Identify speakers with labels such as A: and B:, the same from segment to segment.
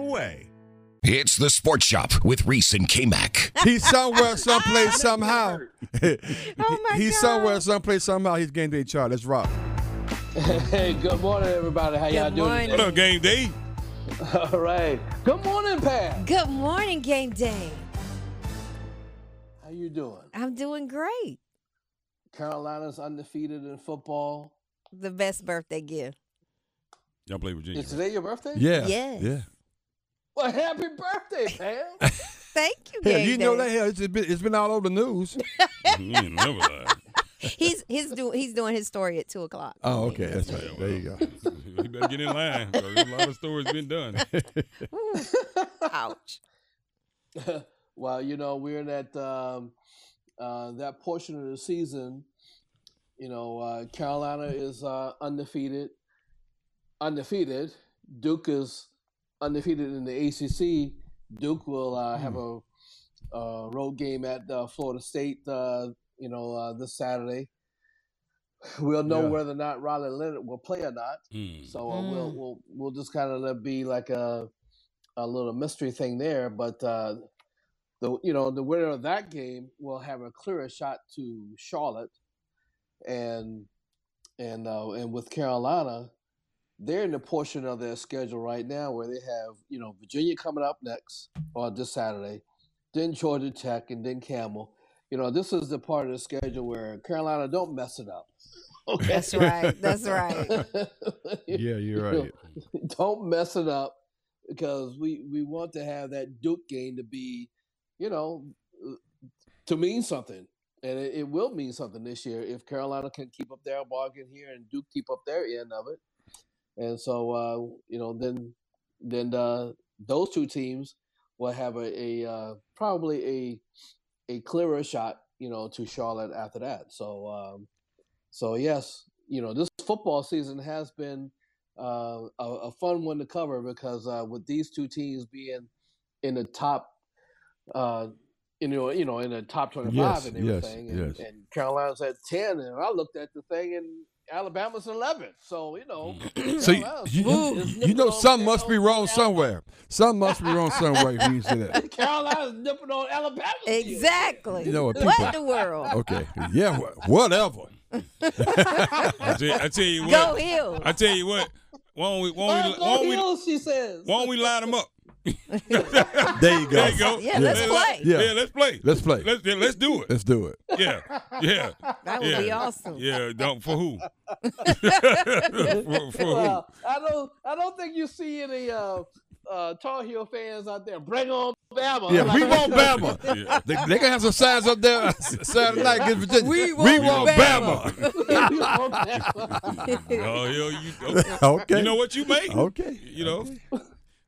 A: away.
B: It's the Sports Shop with Reese and K-Mac.
C: He's somewhere, someplace, somehow.
D: Oh my
C: He's
D: God.
C: somewhere, someplace, somehow. He's game day child. Let's rock.
E: Hey, good morning, everybody. How y'all
D: Good
E: doing?
D: morning.
E: today?
C: up, game day?
E: All right. Good morning, Pat.
D: Good morning, game day.
E: How you doing?
D: I'm doing great.
E: Carolina's undefeated in football.
D: The best birthday gift.
F: Y'all play Virginia.
E: Is today your birthday?
C: Yeah.
D: Yes.
C: Yeah.
E: Well, happy birthday, Pam.
D: Thank you,
C: Hell,
D: game
C: you
D: day.
C: know that. Hell, it's been, it's been all over the news.
F: right? You ain't never lied.
D: He's he's doing he's doing his story at two o'clock.
C: Oh, okay. That's right. There you go.
F: You better get in line. 'cause There's a lot of stories been done.
D: Ooh, ouch.
E: well, you know we're in that um, uh, that portion of the season. You know, uh, Carolina is uh, undefeated. Undefeated. Duke is undefeated in the ACC. Duke will uh, have a uh, road game at uh, Florida State. Uh, you know, uh, this Saturday. We'll know
C: Yeah.
E: whether or not Riley Leonard will play or not.
F: Mm.
E: So uh, we'll
D: Mm.
E: we'll we'll just kind of let it be like a a little mystery thing there, but uh, the you know the winner of that game will have a clearer shot to Charlotte, and and uh, and with Carolina, they're in the portion of their schedule right now where they have you know Virginia coming up next on this Saturday, then Georgia Tech, and then Campbell. You know this is the part of the schedule where Carolina don't mess it up. Okay.
D: That's right. That's right.
C: Yeah, you're
E: You know,
C: right.
E: don't mess it up because we we want to have that Duke game to be, you know, uh, to mean something, and it, it will mean something this year if Carolina can keep up their bargain here and Duke keep up their end of it, and so uh, you know then then uh, those two teams will have a, a uh, probably a a clearer shot, you know, to Charlotte after that. So um, so yes, you know this football season has been uh, a, a fun one to cover because uh, with these two teams being in the top, uh, you know, you know, in the top twenty-five
C: Yes,
E: and
C: yes,
E: everything, and,
C: yes.
E: and Carolina's at ten, and I looked at the thing, and Alabama's eleven. So you know,
C: Mm. So you,
E: Carolina's
C: you, you,
E: nipping
C: you know
E: on-
C: something must be
E: nipping on
C: wrong somewhere. Something must be wrong somewhere if you say that.
E: Carolina's nipping on Alabama.
D: Exactly.
C: You know what,
D: what
C: people- Oh,
D: in the world?
C: Okay. Yeah, wha- whatever.
F: I, tell, I tell you what.
D: Go Hill.
F: I tell you what. Why don't we? Why don't we? Why
E: Oh,
F: don't we,
E: Hill, she says.
F: why don't we line them up?
C: There you go.
F: There you go.
D: Yeah, let's play.
F: Yeah,
C: Yeah.
F: let's play.
C: Let's play.
F: Let's yeah, let's do it.
C: Let's do it.
F: Yeah, yeah,
D: That would be
F: Yeah.
D: awesome.
F: yeah. Don't for who? for, for who?
E: Well, I don't. I don't think you see any uh, uh, Tar Heel fans out there. Bring on Bama.
C: Yeah,
E: Like,
C: we want Bama.
F: Yeah.
C: They, they can have some signs up there Saturday night against Virginia.
D: We want Bama.
E: we want Bama.
F: Oh hell, you. Okay.
C: okay.
F: You know what you make?
C: Okay.
F: You know.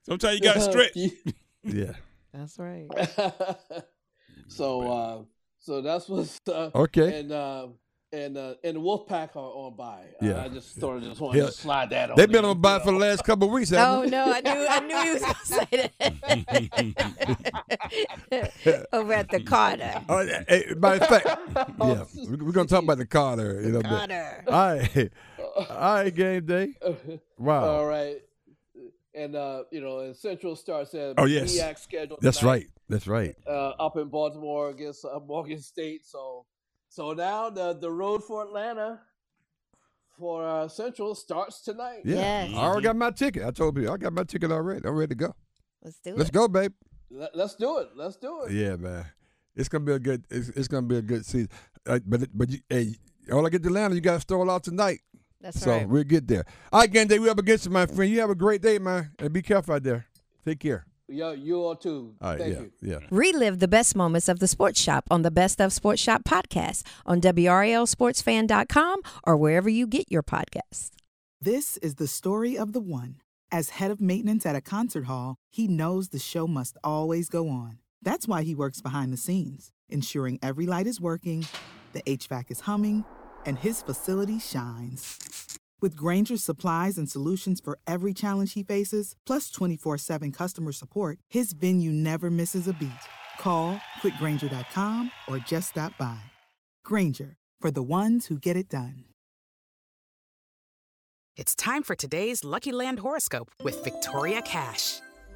F: Sometimes you got to stretch.
C: Yeah.
D: That's right.
E: so, uh, so that's what's uh,
C: Okay.
E: and uh, and uh, and the Wolfpack are on by.
C: Yeah.
E: I just sort of just wanted
C: Yeah.
E: to slide that on.
C: They've been
E: in,
C: on by
E: you
C: for the
E: know.
C: last couple of weeks,
D: Oh
C: haven't
D: no, I knew I knew he was gonna say that. Over at the Carter.
C: they? Oh, eh, eh, matter of fact,
E: Oh.
C: yeah, we- we're going to talk about the Carter in a bit.
D: Carter.
C: All right. All right, game day.
E: Uh,
C: Wow.
E: All right. And uh, you know, and Central starts at
C: Oh, yes.
E: MEAC schedule.
C: That's
E: tonight.
C: right. That's right.
E: uh, up in Baltimore against uh, Morgan State. So, so now the the road for Atlanta for uh, Central starts tonight.
C: Yeah. Uh,
D: Yes.
C: I already got my ticket. I told you, I got my ticket already. I'm ready to go.
D: Let's do
C: Let's
D: it.
C: go, babe.
E: Let, us do it. Let's do it.
C: Yeah, man. It's gonna be a good. It's, it's gonna be a good season. Uh, but it- but you, hey, all I get to Atlanta, you got to stroll out tonight.
D: That's
C: so
D: right.
C: we'll get there. All right, game day. We up against it, my friend. You have a great day, man, and be careful out there. Take care.
E: Yo, you all too.
C: All right.
E: Thank
C: yeah.
E: you.
C: Yeah.
D: Relive the best moments of the Sports Shop on the Best of Sports Shop podcast on WRLSportsFan.com or wherever you get your podcasts.
G: This is the story of the one. As head of maintenance at a concert hall, he knows the show must always go on. That's why he works behind the scenes, ensuring every light is working, the HVAC is humming, and his facility shines. With Granger's supplies and solutions for every challenge he faces, plus 24 7 customer support, his venue never misses a beat. Call quickgranger.com or just stop by. Granger, for the ones who get it done.
H: It's time for today's Lucky Land horoscope with Victoria Cash.